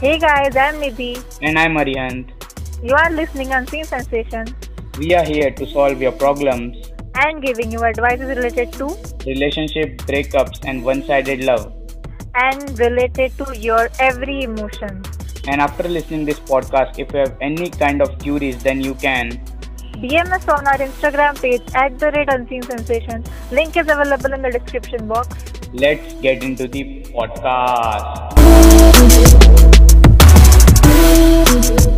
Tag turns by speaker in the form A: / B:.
A: Hey guys, I'm Nidhi.
B: And I'm Ariant.
A: You are listening Unseen Sensation
B: We are here to solve your problems,
A: and giving you advices related to
B: relationship breakups, and one sided love.
A: and related to your every emotion.
B: And after listening this podcast, if you have any kind of queries, then you can.
A: DM us on our Instagram page at the rate Unseen Sensation. Link is available in the description box.
B: Let's get into the podcast.